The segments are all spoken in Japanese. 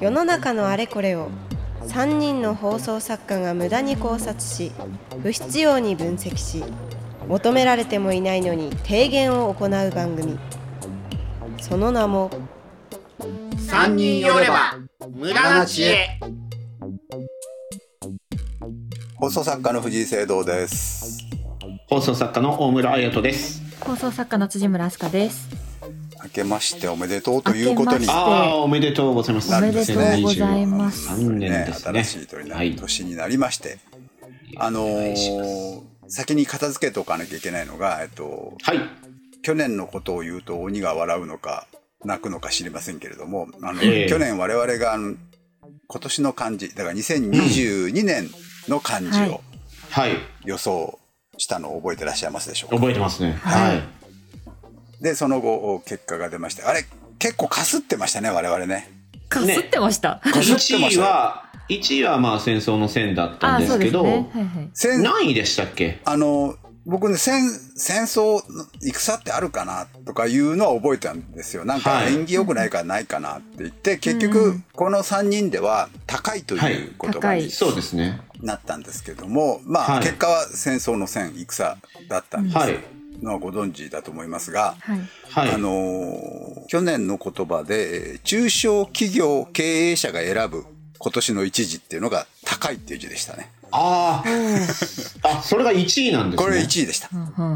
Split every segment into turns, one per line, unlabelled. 世の中のあれこれを3人の放送作家が無駄に考察し不必要に分析し求められてもいないのに提言を行う番組その名も
三人寄れば無駄な知恵
放送作家の藤井聖堂です。
放送作家の大村彩人です。
放送作家の辻村明日香です。
明けましておめでとうということ
明
に
けまし
ああ、おめでとうございます。
おめでとう
ございます
2023年
ね
ですね。
新しい年にな,、
はい。
年になりまして、あの
お願いしま
ー先に片付けておかなきゃいけないのが、えっと、
はい。
去年のことを言うと鬼が笑うのか泣くのか知りませんけれども、あの
ええ
去年我々があの今年の漢字だから2022年の漢字
は
を
い
はい。
予想したのを覚えてらっしゃいますでしょうか。
覚えてますね。
は
はいい。
でその後結果が出ましてあれ結構かすってましたね我々ね。
かすってました。
てま
1
し
位
たよ
は、1位はまあ戦争の線だった
あ
ん
あ、
で
そ
す
うで
け
す
ど、
ね。はいはい。
戦
何位でしたっけ
あの僕ね戦戦争の戦ってあるかなとかいうのは覚えたんですよなんか
はい
縁起良くないからないかなって言って、結
う
局
ん
この3人では「高い」と
はいいう
言葉
高
に
い
そうですね。
なったんですけども、まあ、
はい
結果は戦争の戦戦だったんです
はい。
のはご存知だと思いますが、
はい。
はい。
あのー去年の言葉でえー中小企業経営者が選ぶ今年の一字っていうのが「高い」っていう字でしたね。
ああ、あ、それが1位なんですね。
これ1位でした。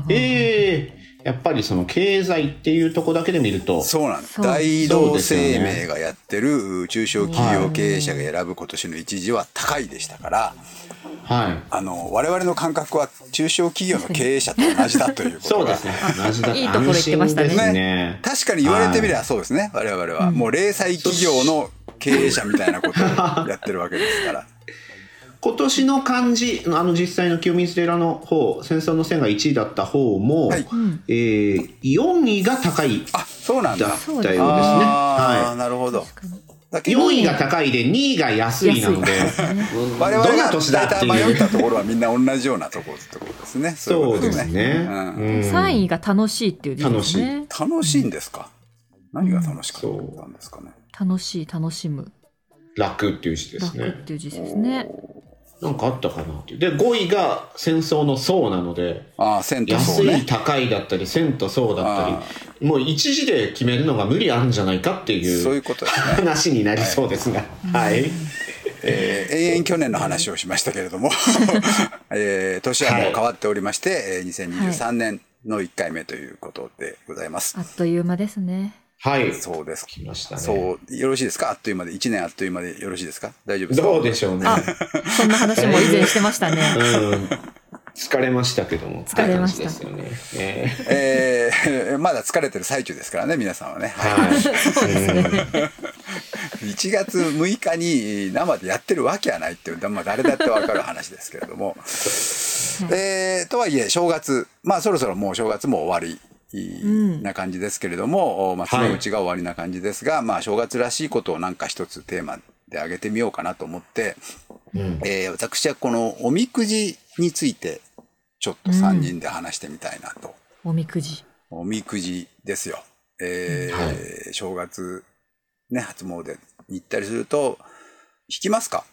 ええやっぱりその経済っていうとこだけで見ると、
そうなんです。
そう
大同
そうです
生
よね
命がやってる中小企業経営者が選ぶ今年の一時は高いでしたから、
はい。
あの我々の感覚は中小企業の経営者と同じだというこ
そ
と
うで
が
すね。同じだ
いいところ行ってましたね
安心です
ね
ね。
確かに言われてみればそうですね。我々はもう零細企業の経営者みたいなことをやってるわけで すから。
今年の漢字あの実際の清水寺の方戦争の線が1位だった方も、
はい
えー、4位が高いだ
あ、そうなんだ。
ったようです
そう
ね
ですね
ああ、
は
なるほど。だ
い
けど
4位が高いで2位が安いなのでうん
我
ど
々
の
が
年だ
大
って
体迷っ
いう
たところはみんな同じようなところってことですね。そ
そう
ういうこと
で
です
す
ね。
ね
う
三位が楽しいっていう字ですね。
楽しいんですか何が楽しかったんですかね、
楽しい、楽しむ、
楽っていう字です
楽っ
ね
ていう字ですね。
なんかあったかなっていうで5位が戦争の層なので
ああ銭湯そ
安
う
い
ね
高いだったり線と層だったりもう一字で決めるのが無理あるんじゃないかってい
そういううことですね、
話になりそうですがはい。
えー永遠去年の話をしましたけ れども、えー年はもう変わっておりまして、えー2023年の1回目ということでございます、
あっという間ですね。
はい。
そうです
来ましたね。
そうよろしいですかあっという間で1年あっという間でよろしいですか大丈夫ですか
どうでしょうね。
そんな話も以前してましたね。
うん。疲れましたけども。
疲れました
って感じですよね。ええ
えー まだ疲れてる最中ですからね皆さんはね、
はい。
そうですね。
1月6日に生でやってるわけはないっていう、まあ、誰だってわかる話ですけれど も、えーとはいえ正月まあそろそろもう正月も終わり
ん
な感じですけれども、まあ、そ
はい
のうちが終わりな感じですが、まあ正月らしいことをなんか一つテーマで挙げてみようかなと思って、
うん
えー私はこのおみくじについてちょっと3人で話してみたいなと。
おみくじ。
おみくじですよ。えー
は
正月、ね、初詣に行ったりすると、引きますか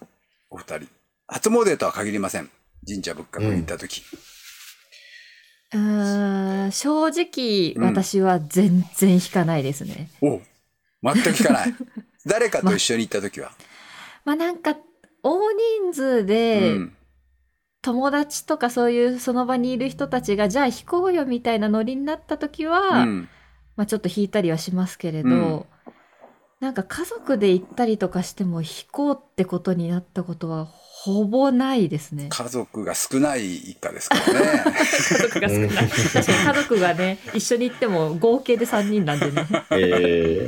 お二人。初詣とは限りません。神社仏閣に行った時。
うーん正直、
うん
私は全然引かないですね。
おう全く聞 かない。誰かと一緒に行った時は。
まあなんか、大人数で
うん
友達とかそういうその場にいる人たちがじゃあ引こうよみたいなノリになった時は、
うん
まあ、ちょっと引いたりはしますけれど、
うん。
なんか家族で行ったりとかしても引こうってことになったことはほぼないですね
家族が少ない一家ですか らね。
家族が少ない。確かに家族がね、一緒に行っても合計で3人なんでね。
え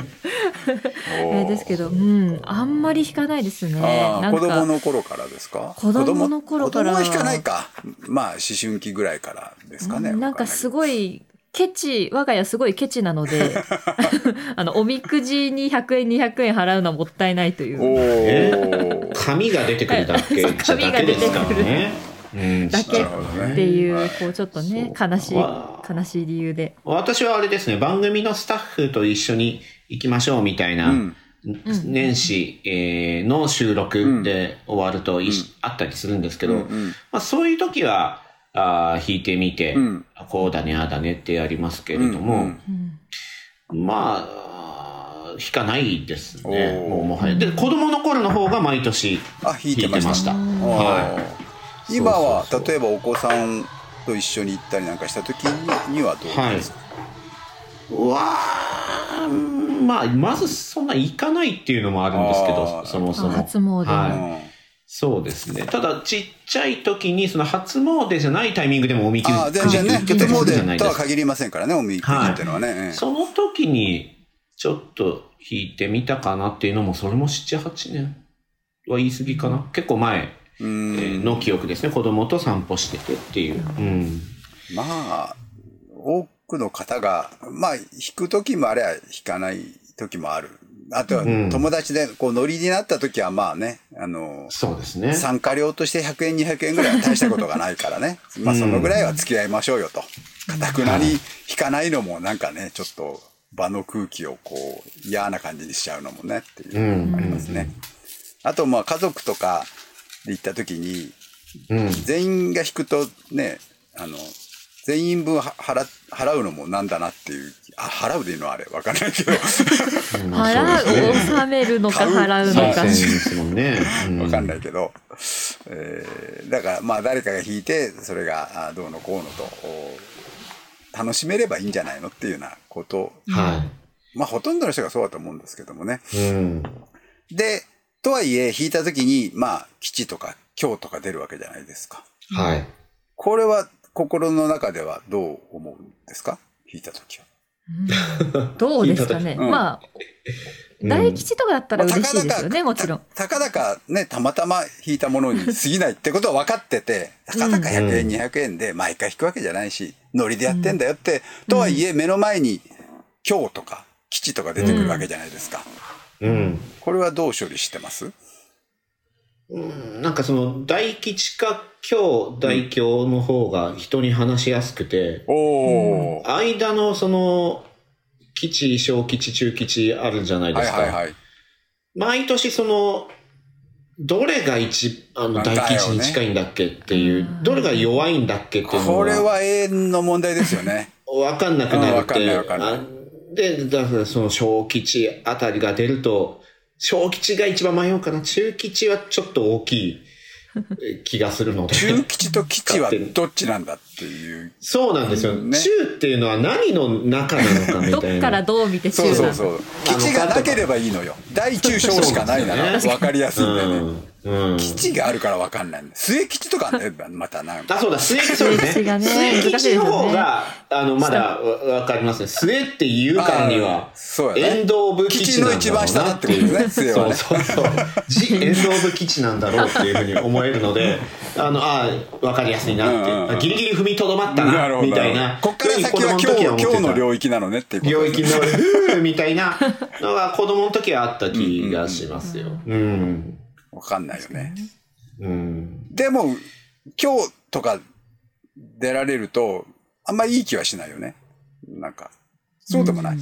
え
お
あ
う
れですけど、うん、あんまり引かないですね。
あ
な
あ
んか
子供の頃からですか
子供の頃から
子供は引かないか。まあ、思春期ぐらいからですかね。
うんなんかす
い。
ごいケチ我が家すごいケチなので あのおみくじに100円200円払うのはもったいないとい
お
う
お。
紙が出てくるだけじゃだけですからね。うん
だ
な
け
るほどね
っていうこうちょっとね
そう
悲しい
わ
悲しい理由で。
私はあれですね、番組のスタッフと一緒に行きましょうみたいな、
うん
年始、えーの収録で終わるといし、あったりするんですけど、
うん
まあ、そういう時は、あー弾いてみて、
うん
こうだね、ああだねってやりますけれど
う
も、
ん
うん
まあ、弾かないですね。
おー
もうもはや。で、子供の頃の方が毎年
あ弾いてました
は
おー今は
そうそうそう
例えばお子さんと一緒に行ったりなんかした時にはどうですか、
い。うわーうんまあ、まずそんな行かないっていうのもあるんですけ
あー
ど、そもそも。
あ初詣
は
はい
そうですね。ただ、ちっちゃい時に、その初詣じゃないタイミングでもおみ
う
くじ
ん、ああ全然ね
く
と
じ
ても
くじじゃな
で
い
と
で
は
す
限りませんからねおみくじっていうのはね、ええ
その時に、ちょっと弾いてみたかなっていうのも、それも7、8年は言い過ぎかな。結構前
う
え
ん
ーの記憶ですね。子供と散歩しててっていう。うん。
まあ多くの方がまあ弾く時もあれは弾かない時もあるあとは
うん
友達でこうノリになった時はまあねあの
そうですね。。
参加料として100円200円ぐらいは大したことがないからねまあそのぐらいは付き合いましょうよとかたくなに引かないのもなんかねちょっと場の空気をこう嫌な感じにしちゃうのもねっていううんありますねあとまあ家族とかで行った時に
うん。
全員が引くとねあの全員分は払払うのもなんだなっていうあ払うでいいのあれわかんないけど
払
そう
う、
ですね
納めるのか
買う
払う
参
の
戦
か
で。すもんね。う
わかんないけど、えーだからまあ誰かが弾いてそれがあどうのこうのとお楽しめればいいんじゃないのっていうようなこと
は
まあほとんどの人がそうだと思うんですけどもね。
い。うん。
でとはいえ弾いた時にまあ吉とか凶とか出るわけじゃないですか。
はい。
これは心の中ではどう思うんですか弾いた時
う
は。
んどうですかね。
うん
まあ、
うん
大吉とかだったら嬉しいですよね、
ま
も
あ
ちろん。
たかだかね、たまたま引いたものに過ぎないってことは分かってて、たかだか100円、200円で毎回引くわけじゃないし、ノリでやってんだよって、とはいえ目の前に今日とか吉とか出てくるわけじゃないですか。
うん。
これはどう処理してます
うんなんかその、大吉か京、大京の方が人に話しやすくて、
おお、
間のその、吉、小吉、中吉あるじゃないで
はい
すか。
はいはい。
毎年その、どれが一、あの、大
だよね
吉に近いんだっけっていう、どれが弱いんだっけっていうの
これ
が、
は永遠の問題ですよね。
わかんなくな
うん
る
わ
っ
かんない
て
わかんない
あで、だからその小吉あたりが出ると、小吉が一番迷うかな、中吉はちょっと大きいえ気がするので。
中吉と吉はどっちなんだっていう。
そうなんですよ、
ね
中っていうのは何の中なのかみ
ど
た
っ
い
か
な。
らどう見て中
そうそう
な
そ
の。
う。吉がなければいいのよ。大中小しかないなら分かりやすいんだよね。
うん。うん。
吉があるから分かんないんだ末吉とかね、またなんか。
あ、そうだ、末吉そうで
末
す
吉が
ね。
ね
末
難し
吉
いです
の
よね
方が、あの、まだわわかりますね。末っていうからには
あ、そうやね
遠藤部基地
吉の一番下だってことですね末は
そう
ね
そうそう。じ遠藤部基地なんだろうっていうふうに思えるの で、あの、ああ、わかりやすいなって、
うんうんうん
あギリギリ踏みとどまったな、みたいな。
こっから先は今日
ふうに子供の時思ってた
今日の領域なのねっていうこと
領
です
域
ね
の、ふうみたいなのが子供の時はあった気がしますよ。うん。
わかんないよね。
うん。
でも、今日とか出られると、あんまいい気はしないよね。なんか、そうでもない。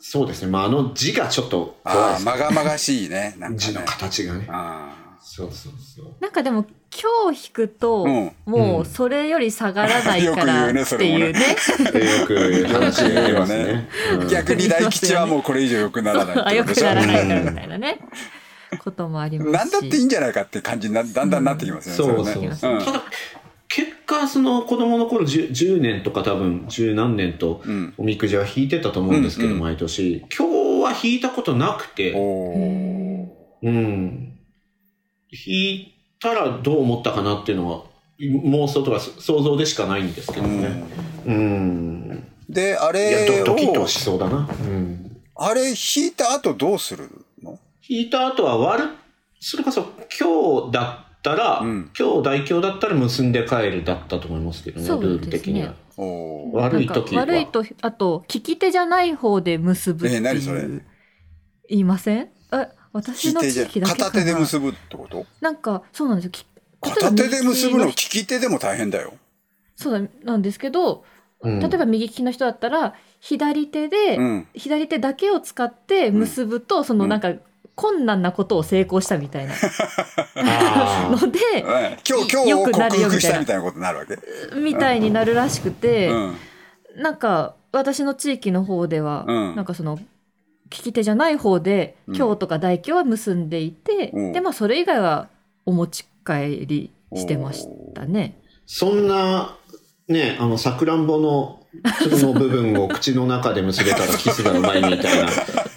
そうですね。まあ、あの字がちょっと怖い
あ
です
あ、
ね
まがまがしいね。なんか
字の
ね。
形がね。
あ
そうそうそう。
なんかでも、今日引くと、
うん
もうそれより下がらないから
よく言うねそ
っ
れ
て
もね
いうね。
よく話が出ますね。
あ逆に大吉はもうこれ以上良くならない
あ、
って
よ
こと
く
でしょ
ならないからみたいなね。こともありますし。
なんだっていいんじゃないかって感じになだんだんなってきますよね。
そう
れ
そ
ね
うそう。
ん
ただ、結果、その子供の頃 10, 10年とか多分十何年と
うん
おみくじは引いてたと思うんですけど、
うんうん
毎年。今日は引いたことなくて、
お
う
ー
ん
うん。引いたらどう思ったかなっていうのは、妄想とかそ想像でしかないんですけどね。うん。
で、あ
いや、
れ
ドドキッと
を
は、しそうだな。うん。
あれ引いた後どうするの
引いた後は割る、それこそ今日だったら、
うん
今日代表だったら結んで帰るだったと思いますけどね、
そうですね
ルール的には。
おおー。
悪い時
な
は。
んか悪いと、あと、利き手じゃない方で結ぶっていう。
え何それ
言いませんえ、私
利き
の
手
地
じゃ
域だけかな
片手で結ぶってこと
なんか、そうなんですよ。き
片手で結ぶの
例えば
利き手でも大変だよ。
そうなんですけど、
うん
例えば右利きの人だったら左手で、
うん。
左手だけを使って結ぶと、そのなんか困難なことを成功したみたいな
あー
の で
はい今日、今日
よ
を
く
克
なるよ
服
み
したた
い
み
な
たいなことになるわけ。
みたいになるらしくて、
うん。
なんか私の地域の方では、
うん
なんかその利き手じゃない方で
うん
今日とか大京は結んでいて、
うん
でまあそれ以外はお持ち帰りしてましたね。
そんな、ね、あの、さくらんぼの、粒の部分を口の中で結べたらキスがうまいみたいな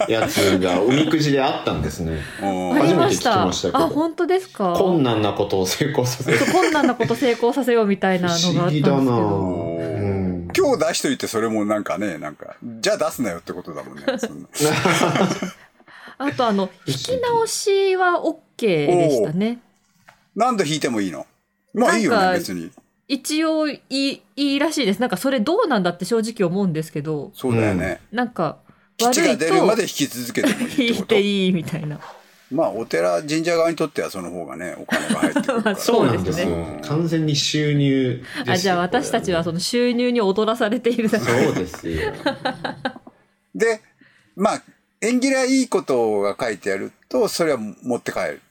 やつがおみくじであったんですね。
うん
ありま
初めて
し
聞き
た。
ましたけど
あ本当ですか。
困難なことを成功させる。
そう困難なこと成功させようみたいなのがあったんですけ
不思議だな
ど。
うん
今日出しといてそれもなんかね、なんか、じゃあ出すなよってこと だもんね。そんな
あとあの引き直しは OK でしたね。
何度弾いてもいいのまあいいよ
なん
ね、
か
別に。
一応いいいいらしいです。なんかそれどうなんだって正直思うんですけど、
そうだよね。
なんか
基地
悪
が
い
出るま
と
で弾き続けてもい
引
いっ
い
て
て
こ
いいみたいな。
と。まあお寺、神社側にとってはその方がね、お金が入ってくるか
まあ
ら。
そうなんですね
よ完全に収入ですよ
あじゃあ私たちはその収入に踊らされているだ
こ
け
れはそうですよ。
で、まあ、縁起がいいことが書いてあると、それは持って帰る。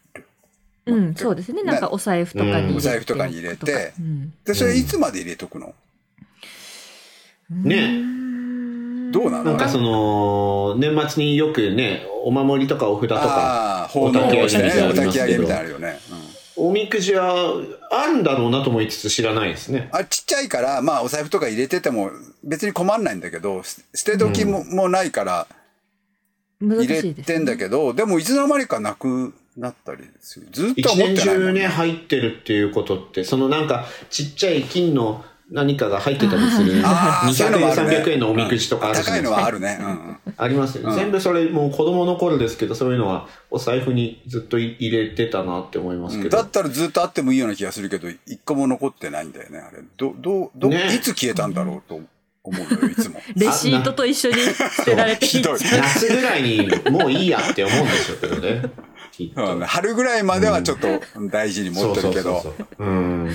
うんそうですねなんかお財布とか
う
に入れて、
んお
財布とかに入れて
うん
で、それいつまで入れとくの、
ね
どうな
な
の
んかその、年末によくね、お守りとかお札とか、
ああ、奉納をしてね、
お
お焚
焚
き
き
上
上
げ
げみ
みたいなの
たいな
あるよね。うん
おみくじはあるんだろうなと思いつつ知らないですね。
あちっちゃいから、まあ、お財布とか入れてても別に困んないんだけどす捨て時も,、もないから
難し
入
いです、
れてんだけどでもいつの間にかなくなったりするずっ
一
とは持っ
年
てないも
中
ん
ね、入ってるっていうことって、そのなんかちっちゃい金の何かが入ってたりする、
あーそういう
200
のもあ
円、
るね
300円のおみくじとかあるじゃ
高
ない
い
で
の
すか。
はあるね、うん
ありますよ、
うん
全部それ、もう子供の頃ですけど、そういうのはお財布にずっと入れてたなって思います
うん
けど。
だったらずっとあってもいいような気がするけど一個も残ってないんだよねあれどどど、
ね
いつ消えたんだろうと思うのよいつも
レシートと一緒に捨てられて
ひどい
夏ぐらいにもういいやって思うんでしょうけどね。きっ
うん
と。
春ぐらいまではちょっと大事に持ってるけ
そ
ど
うそうそうそう。うん。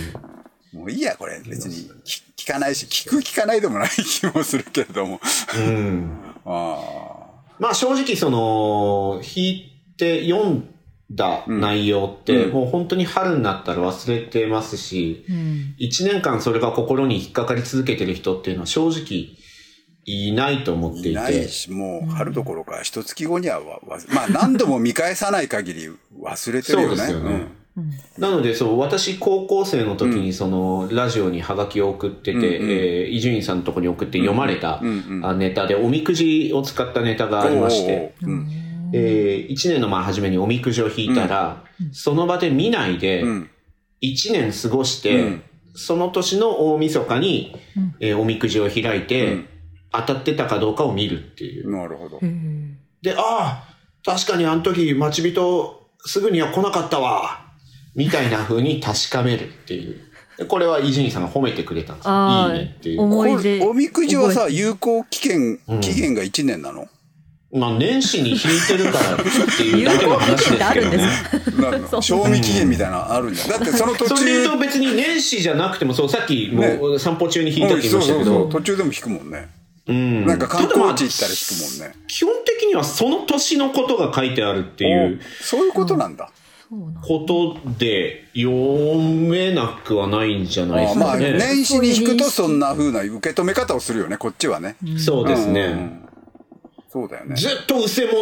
もういいやこれ別に聞かないし聞く聞かないでもない気もするけれども
うん。
ああ
まあ正直その、弾いて読んだ内容って、
うん
もう本当に春になったら忘れてますし、
うん
一年間それが心に引っかかり続けてる人っていうのは正直いないと思っていて。
いないし、もう春どころか、一月後にはわ、わまあ何度も見返さない限り忘れてるよね。
そうですよね
ん
うん
なので、そう、私、高校生の時
う
に、その、ラジオにハガキを送ってて、
うんうん
えー伊集院さんのとこに送って読まれた、
うんうん
あネタで、おみくじを使ったネタがありまして、
おーうん
え1年のまあ初めにおみくじを引いたら、その場で見ないで、
うん
1年過ごして、
うん
その年の大晦日に、
うん
えーおみくじを開いて、
うん
当たってたかどうかを見るっていう。
なるほど
へ。ー
で、ああ、確かにあの時待ち人すぐには来なかったわ、みたいな風に確かめるっていう。でこれは伊集院さんが褒めてくれたんです
あ
よ。
ー
いいねってい
お
う。
思い出
これおみくじはさ、
覚
有効期限
う、ん
期限が1年 なの、
まあ年始に引いてるからっていうだけの話ですけど
有効期限ってあるんで
ね。
なんの賞味期限みたいなのあ るんじゃん。だってその途
それで
中、
言うと別に年始じゃなくても、そう、さっきもう散歩中に引いたって言いましたけ
そうそうそう
ど、
途中でも引くもんね。
うん
なんか観光地行っ
た
たら
だ
引くもんね。
基本的にはその年のことが書いてあるっていう
おそういうことなんだ。
そうなんだ
ことで読めなくはないんじゃないで
あ
す
ーま
か
あ、
ね。
年始に引くとそんな風な受け止め方をするよね、こっちはね。
そうですね。
んそうだよね。
ずっとうせ者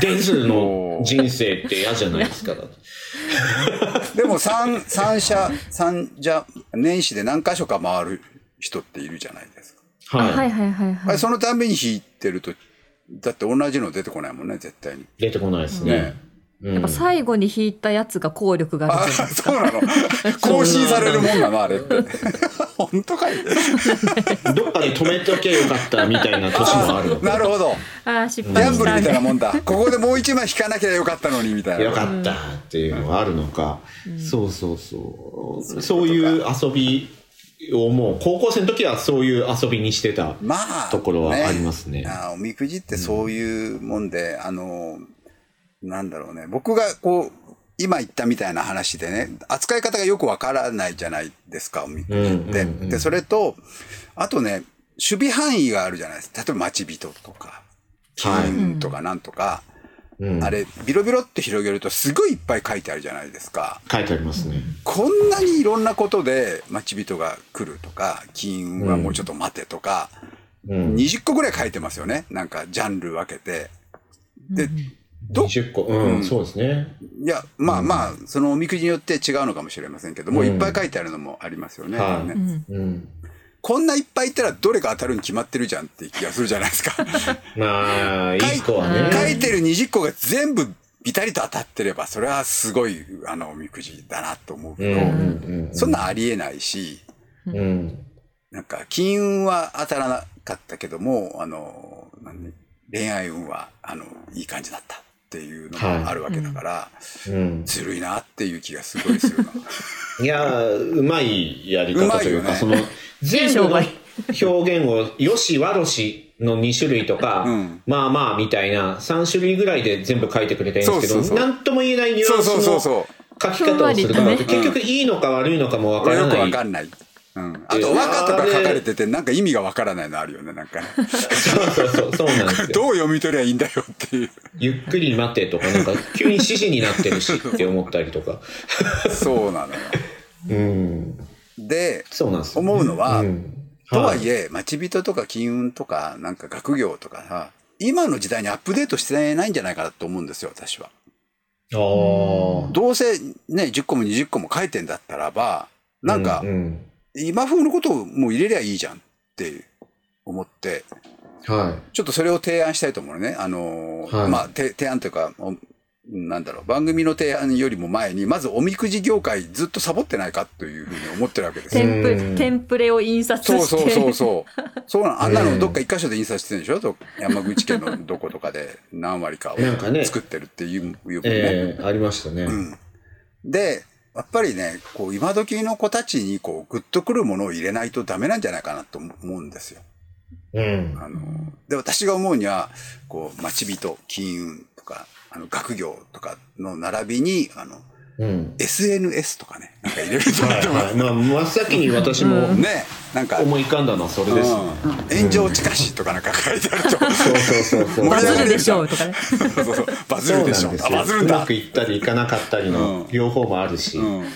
ですの人生って嫌じゃないですか。
でも三、三社、三社、年始で何箇所か回る人っているじゃないです
あ
か。
は
はいい。
はいはい
あ
は
れ
い。
そのたんびに弾いてると、だって同じの出てこないもんね、絶対に。
出てこないです
ね
ね。
やっぱ最後に引いたやつが効力があ
ああ、
るという
そうなの。更新されるもんなの、あれって。 本当かい
どっかで止めときゃよかったみたいな年もあるの
なるほど。
ああ失
ギャ
敗
ン
し
ブル
た
み
みた
たいない
な。
もんだ。ここでもう一枚引かなきゃよかったのに、みたい
よ
な。
かったっていうのがあるのか、そうそうそうそういう遊びをもう高校生の時はそういう遊びにしてた
まあ、
ところはありますね
あーおみくじってそういうもんで、あの、なんだろうね。僕がこう、今言ったみたいな話でね、扱い方がよくわからないじゃないですか、おみくじって。
うんうんうん
で、それと、あとね、守備範囲があるじゃないですか。例えば待ち人とか、
はい
金運とかなんとか、
うん
あれ、ビロビロって広げるとすごいいっぱい書いてあるじゃないですか。
書いてありますね。
こんなにいろんなことで待ち人が来るとか、金運はもうちょっと待てとか、
うん。
20個ぐらい書いてますよね。なんかジャンル分けて。で、ど
20個。うん、
うん
そうですね。
いや、まあまあ、そのおみくじによって違うのかもしれませんけども、
うん
いっぱい書いてあるのもありますよね。
はい
ね
うん
うん。
こんないっぱいいたらどれが当たるに決まってるじゃんっていう気がするじゃないですか。
まあ、いい
書い
子はね。
書いてる20個が全部ビタリと当たってれば、それはすごい、あの、おみくじだなと思う
うん
けど、
うんうん。
そんなんありえないし、
うん。
なんか、金運は当たらなかったけども、あの、何恋愛運は、あの、いい感じだったっていうのがあるわけだから、
うん。
ずるいなっていう気がすごいするな。
いやー、うまいやり方というか、
う
そ
ま
の、全部の
いい
表現を、よし、わろしの2種類とか、
うん
まあまあみたいな、3種類ぐらいで全部書いてくれてるんですけど、
そうそうそう
なんとも言えないニュア
そう
ンス
そうそう
の書
そう。
き方をするから、
ふんわりとね
結局いいのか悪いのかも わか
俺
ら
よく
な
わ
い。
かんない。うん、あと、和歌とか書かれてて、なんか意味がわからないのあるよね、な んかね。
そうそうそう、そうなんですよ。
どう読み取りゃいいんだよっていう。
ゆっくり待てとか、なんか急に指示になってるしって思ったりとか。
そうなのよ。
うん。
で、
そうなんですよね、
思うのは、
うん
とは
はい
いえ、待ち人とか金運とか、なんか学業とかさ、今の時代にアップデートしてないんじゃないかなと思うんですよ、私は。
あー
どうせね、10個も20個も書いてんだったらば、なんか
う、ん
今風のことをもう入れりゃいいじゃんって思って、
うんはい。
ちょっとそれを提案したいと思うのね。あのー
はい
まあ、て提案というか、おなんだろう、番組の提案よりも前に、まずおみくじ業界ずっとサボってないかというふうに思ってるわけです
テ
よ。
ン
うん
プテンプレを印刷して
そうそうそうそう。そうなん、あんな
う
の
ん
どっか一箇所で印刷してるんでしょど山口県のどことかで何割かを
なんかね
作ってるっていう、いうね
ええありましたね。
うん。で、やっぱりね、こう、今時の子たちに、こう、グッとくるものを入れないとダメなんじゃないかなと思うんですよ。
うん。
あの、で、私が思うには、こう、待ち人、金運とか、あの、学業とかの並びに、あの、
うん。
SNS とかね、なんか入れると思
は
っ
い
てま
は
す
い。。まあ、真っ先に私も
うん
ね、なんか、
思い浮かんだのはそれですね。
うん炎上近しとかなんか書いてあると、
そうそうそうそう。
盛
バ
り上
ズ
が
るでし
じゃん
ょうとかね。
そうそうバズ
そうな
る
ん
で
で
し
す
ょ
よ。。
あ、バズるん
う
だ
まく。いったりいかなかったりの
うん
両方もあるし。
うん。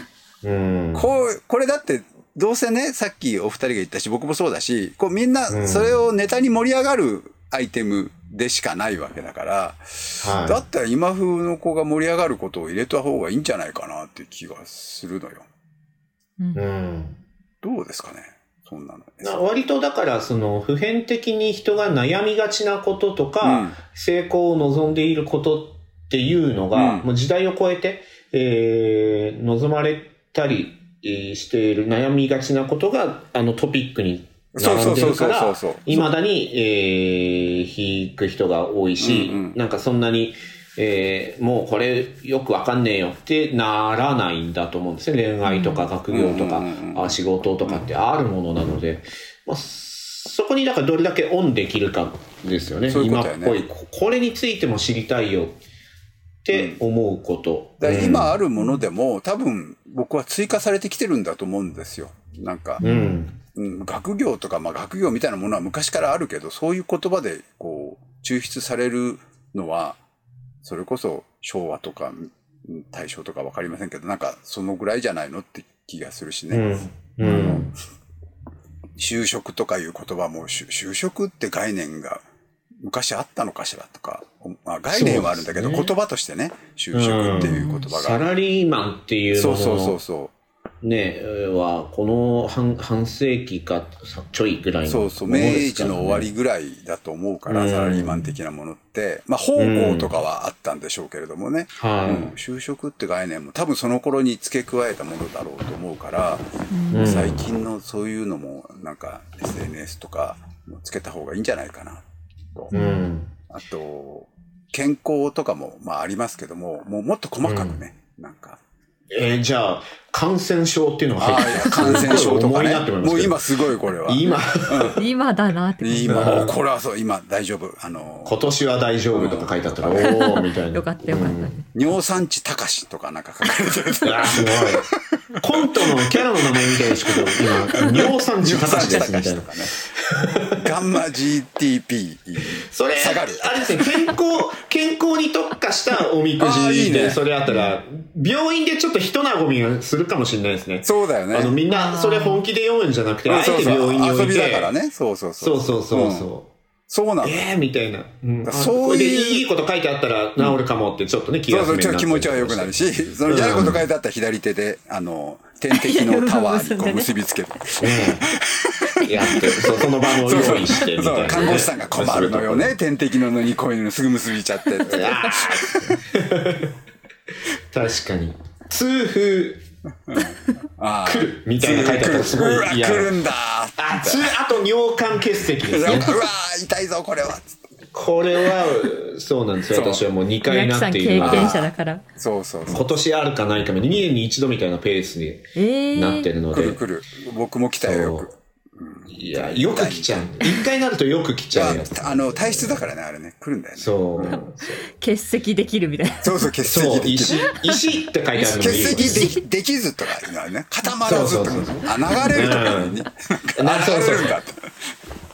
うん。
こう、これだって、どうせね、さっきお二人が言ったし、僕もそうだし、こうみんな、それをネタに盛り上がるアイテムでしかないわけだから、だ
は
ったら今風の子が盛り上がることを入れた方がいいんじゃないかなって気がするのよ。
い。うん。
どうですかねそんなの。
な割とだから、その、普遍的に人が悩みがちなこととか、
うん
成功を望んでいることっていうのが、
うん
もう時代を超えて、えー望まれたりえーしている悩みがちなことが、あのトピックに並んでるか
そうそうそうそう
ら
そうそう、
いまだに、えー引く人が多いし、
うんうん
なんかそんなに、えーもうこれよくわかんねえよってならないんだと思うんですね。恋愛とか学業とか、
うんうんうん
あ仕事とかってあるものなので、まあ、そこにだからどれだけオンできるかですよね。
そういうこ
今
とよ
っ
ね
ぽい。ここれについても知りたいよって思うこと。
だから
うん
今あるものでも、多分僕は追加されてきてるんだと思うんですよ。なんか、
うん。
うん学業とか、まあ、学業みたいなものは昔からあるけど、そういう言葉でこう抽出されるのは、それこそ昭和とかうん大正とかわかりませんけど、なんかそのぐらいじゃないのって気がするし
う
ね。
ん。うん。
就職とかいう言葉も、就就職って概念が昔あったのかしらとか、おまあ、概念はあるんだけ
そ
ど、
うですね
言葉としてね、就職っていう言葉
サ
が。
ラリーマンっていうも
そ
の
う
の
そうそうそ。
ね、は、この半半世紀かさちょいぐらいうの
そうそう、
もので
明
すか
治
らね
の終わりぐらいだと思うから、
うん
サラリーマン的なものって、まあ、方向とかはあったんでしょうけれどもね。
は
うん就職って概念も多分その頃に付け加えたものだろうと思うから、
い。うん
最近のそういうのもなんか SNS とかもつけた方がいいんじゃないかなと、
うん。
あと健康とかもまあありますけどももうもっと細かくね、なんか
えーじゃあ、感染症っていうのが入っ
ああ
て
いや
る
感染症とか
重い
ね
な って思いますけど
もう今すごいこれは
今、
今だなって感じ。
今これはそう今大丈夫あの
今年は大丈夫とか書いてあったら、おーみたいな。
よかったよかっ
うん
た。
尿酸値高しとかなんか書かれてる
あーすごい。コントのキャラの名前みたいですけど、今、 尿酸値探しですみたいな。
ね。 ガンマ GTP。
それ、
下がる。
あれですね、健康、健康に特化したおみく
あーい
じ
い
で、
ね
それあったら、病院でちょっと人なごみがするかもしれないですね。
そうだよね。
あの、みんな、それ本気で読むんじゃなくて、あえて病院に置いて。
遊びだからね。そうそうそ。
そううそうそう
うん
そ
そうなんだ
う。ええみたいな。うんあ
そ
こ
ういう
れでいいこと書いてあったら治るかもって、ちょっとね、気
そ
が
う
す
そ
る。
う、ちょっと気持ちは良くなるし、その嫌なこと書いてあったら左手で、あの、点滴の タワーにこう結びつける。
うん。やって、そうその場も
そうそ
用
う
意して、みたいなね。
そう、看護師さんが困るのよね。点滴ののにこういうのすぐ結びちゃって。
あー確かに。痛風
ああ。
来るみたいな書いてあったらすご
うわ、
い嫌
来
な
るんだ
あ、つ、あと尿管結石で
う
す
わ、
ね。
痛いぞ、これは。
これは、そうなんですよ。
そう
私はもう2回
宮
な
城さ
っ
ん
て
経
いるので
験者だから。
そうそうそう。
今年あるかないかも、2年に一度みたいなペースに
ええ
なってるの
来
で。
る来る。僕も来たよ、よく。
そういや、よく来ちゃう。一回なるとよく来ちゃうやつ。
あの、体質だからね、あれね。来るんだよね。
そう。
欠席できるみたいな。
そうそう、欠席
そう、
でき
石
る。、
石って書いてあるのも
欠
いいよね
席できできずとかいうのはね、固まらずとか
そうそうそう、
あ、流れるとかにね、
うん
あ流れるんだって。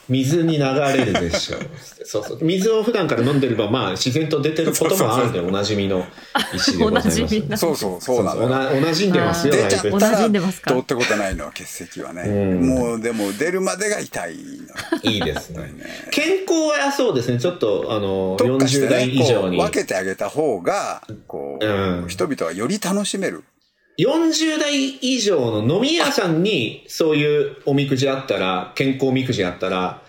水に流れるでしょ。そうそう。水を普段から飲んでれば、まあ、自然と出てることもあるんで、おなじみの石でございます。
おなじみな
そうそう、そうな
お
のよ。
な、おなじんでますよ、
あー
出ち
だ
ゃ
いぶ
った
馴染
ら、
んでますか
どうってことないの、欠席はね。
うん
もう、でも、出るまでが痛いの。
いいですね。 健康はそうですね、ちょっと、あの、
特化し
40
て
代
ね、
以
こ
上
う、
に。
分けてあげた方が、こ
うん
う、人々はより楽しめる。
40代以上の飲み屋さんに、そういうおみくじあったら、健康おみくじあったら、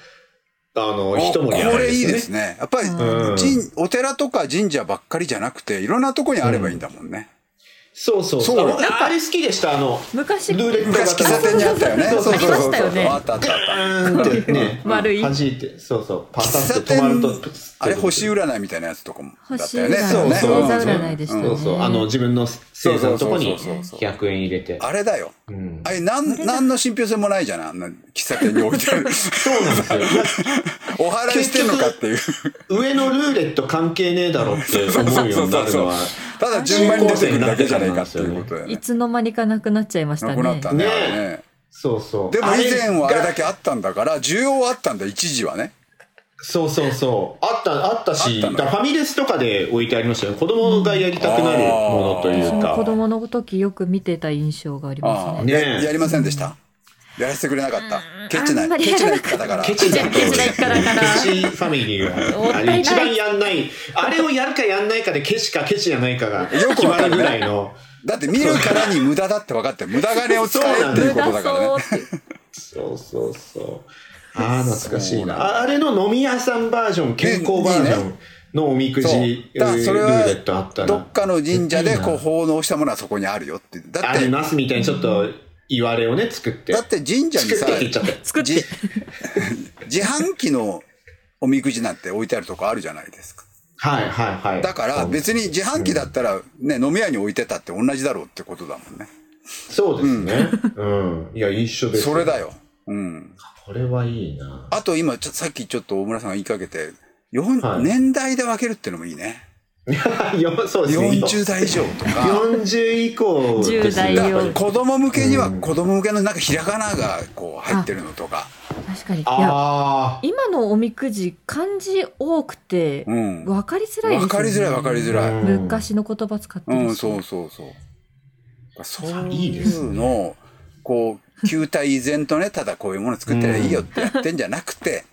あの、
お
一
こ
盛り上がり
れいい
で
ですす
ね。
ね。やっぱり、
ん
神お寺とか神社ばっかりじゃなくて、いろんなとこにあればいいんだもんね。
そうそうそう。
そう
あ僕あれ好きでした、あの、
昔
ルーレット型
昔喫茶店にあったよね。
そうそうそう
ありましたよね、
あったあったあった。
うーんってね
丸い
弾いて、そうそう、パタ
喫茶
ッと止まると
店、あれ星占いみたいなやつとかもだった
星
よ
占
ね
い、
そう
ね
そう
星座
そう
占いでしたね。
そうそう、あの、自分の星座のとこに
そうそうそうそう
100円入れて。
あれだよ、
ん
あれなんなんの信憑性もないじゃないあんな喫茶店に置い てある
そうなん ですよ。
お祓いしてんのかっていう
上のルーレット関係ねえだろって思うようになるのは。
ただ順番に出てくるだけじゃないかっていうことだよ
い
ね
つの間にかなくなっちゃいました
な
ね。
くなったね
ね
あれね
そうそう。
でも以前はあれ
が
だけあったんだから需要はあったんだ一時はね
そうそうそう。あった、あったし、
あったの
だからファミレスとかで置いてありましたよね。子供がやりたくなるものという
私も
か。
子供の時よく見てた印象がありま
あ
す
あ
ね。
ね
ややりませんでしたやらせてくれなかったケチ
あ
なん
ま
い
り
ケ
や
チ
ら
な
な
生き方から
ケチだ
ケチな一家だから
ケチファミリー
もっ
は。
た
あ
いな
れ
い
一番やんない。あれをやるかやんないかで、ケチかケチじゃないかが
よく
決ま
わかるね
るぐらいの。
だって見るからに無駄だって分かって無駄金を使えっていうことだからね
無駄そうって
そうそうそう。ああ、懐かしいな。ああれの飲み屋さんバージョン、健康バージョンのおみくじ、
そう
えー
だからそれは
ルーレットあった
ど
な
っ。かの神社
絶
で
対いい
こう
な
奉納したものはそこにあるよってだ
あ
って
りますみたいにちょっと、言われをね、作って。
だって神社に
作っ
さ
てって言っちゃった。
作って
じ 自販機のおみくじなんて置いてあるとこあるじゃないですか
はいはいはい。
だから別に自販機だったらね飲み屋に置いてたって同じだろうってことだもんね
そうです ね。うん。いや、一緒です。
それ。だようん
これはいい な。
あと今ちょさっきちょっと大村さんが言いかけてよん
はい
年代で分けるってのもいいね
よそうですね。
40代以上と か
40以降ですね。
10代
だ
以
か
上
ら子供向けには子供向けのなんかひらがながこう入ってるのとか
確かに。いや、
あ
今のおみくじ、漢字多くて、
うん
わかりづらいですよね。
分かりづらい分かりづらい
うん
昔の言葉使って
う
るし。
ん、そうそうそう。そう
いい
い
です
うのを、こう、球体依然とね、ただこういうもの作ったらいいよってやってんじゃなくて、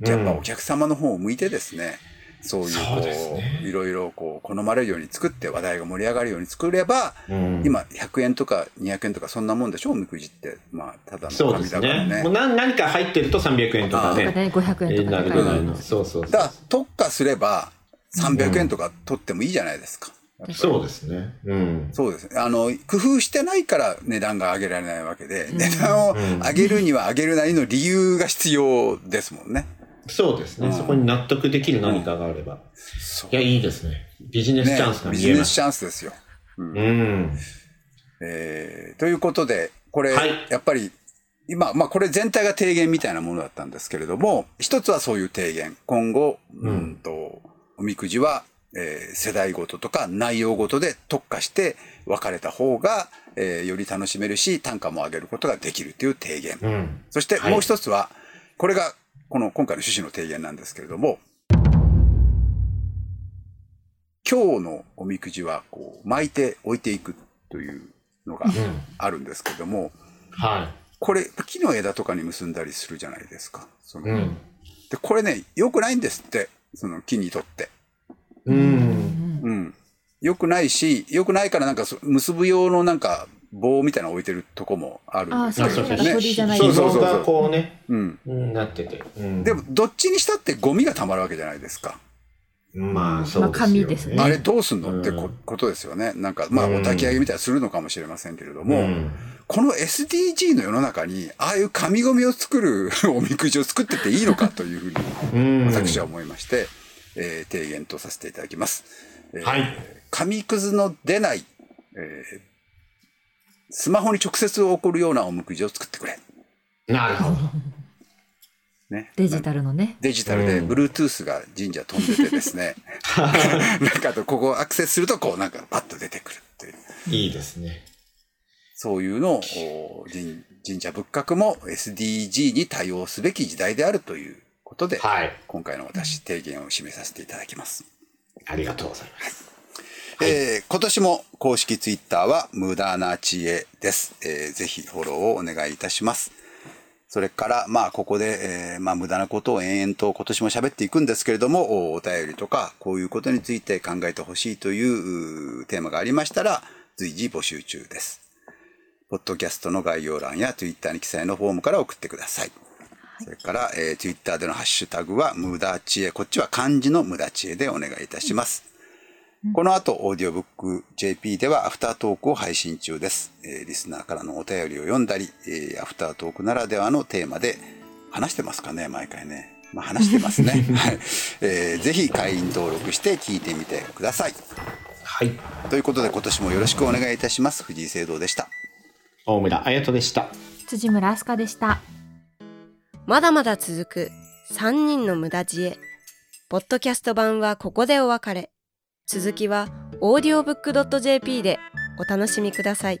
うん
やっぱお客様の方を向いてですね、そういう
そうです
こ
ね
う、いろいろこう、好まれるように作って話題が盛り上がるように作れば、
あ。うん
今100円とか200円とかそんなもんでしょおみくじって。まあ、ただの
そうで
紙
す
だから
ね。
ね
もう。何何か入ってると300円とか
とかね、
ね。
500円と
な
か
る
で
ぐ
買
らい
う
の。そうそうそ
だ
う
から。特化すれば300円とか取ってもいいじゃないですか。
そうですね。うん。
そうですね。あの、工夫してないから値段が上げられないわけで、値段を上げるには上げるなりの理由が必要ですもんね。
そうですね。そこに納得できる何かがあれば。
そう
いや、いいですね。ビジネス
ね
チャンスが
ビ
見
ジ
え
ネ
ま
ス
す。
チャンスですよ。
うん。
えーということで、これ、
はい
やっぱり、今、まあこれ全体が提言みたいなものだったんですけれども、一つはそういう提言。今後、うんと、おみくじはえー世代ごととか内容ごとで特化して分かれた方が、えーより楽しめるし、単価も上げることができるという提言。
うん。
そして
はい
もう一つは、これが、この今回の趣旨の提言なんですけれども、今日のおみくじは、こう、巻いて置いていくというのが
うん。
あるんですけれども、
は
これ、木の枝とかに結んだりするじゃないですか。そ
い。
の
うん。
で、これね、良くないんですって、その木にとって。
う。
うんん
うん。良くないし、良くないからなんかそ結ぶ用のなんか棒みたいなの置いてるとこもあるんです
あ、
け
そう
れ
そう
ど
そう。
なんか
もね。
鳥じゃない
そ
紐
うそうそう
が
そう。
こうね、
うん。
うんなってて。うん
でも、、どっちにしたってゴミが溜まるわけじゃないですか。
まあ、そうですよ、ね。
まあ紙ですね
あれどうすんのって
う
こ
ん
ことですよね。なんか、まあ、
うん
お焚き上げみたいなするのかもしれませんけれど
う
も、
ん
この SDG の世の中に、ああいう紙ゴミを作る おみくじを作ってていいのかというふうに、
うん。
私は思いまして、えー提言とさせていただきます。えー
はい。
紙くずの出ない、えースマホに直接送るようなおみくじを作ってくれ。
なるほど。
ね、
デジタルのね。
デジタルで、
うん
Bluetooth が神社飛んでてで すね、なんかあとここをアクセスすると、こうなんかパッと出てくるっていう、
いいですね。
そういうのをお神神社仏閣も SDG に対応すべき時代であるということで、
はい。
今回の私、提言を締めさせていただきます。
ありがとうございます。
えー今年も公式ツイッターは無駄な知恵です。えーぜひフォローをお願いいたします。それから、まあ、ここで、えーまあ、無駄なことを延々と今年も喋っていくんですけれども、おお便りとか、こういうことについて考えてほしいといううーテーマがありましたら、随時募集中です。ポッドキャストの概要欄やツイッターに記載のフォームから送ってください。それから、えー、ツイッターでのハッシュタグは、無駄知恵。こっちは漢字の無駄知恵でお願いいたします。この後、オーディオブック JP ではアフタートークを配信中です。えーリスナーからのお便りを読んだり、えーアフタートークならではのテーマで話してますかね、毎回ね。まあ、話してますね。はい、えーぜひ会員登録して聞いてみてください。
はい。
ということで、今年もよろしくお願いいたします。藤井聖堂でした。
大村彩人でした。
辻村明日香でした。
まだまだ続く3人の無駄知恵。ポッドキャスト版はここでお別れ。続きは audiobook.jp でお楽しみください。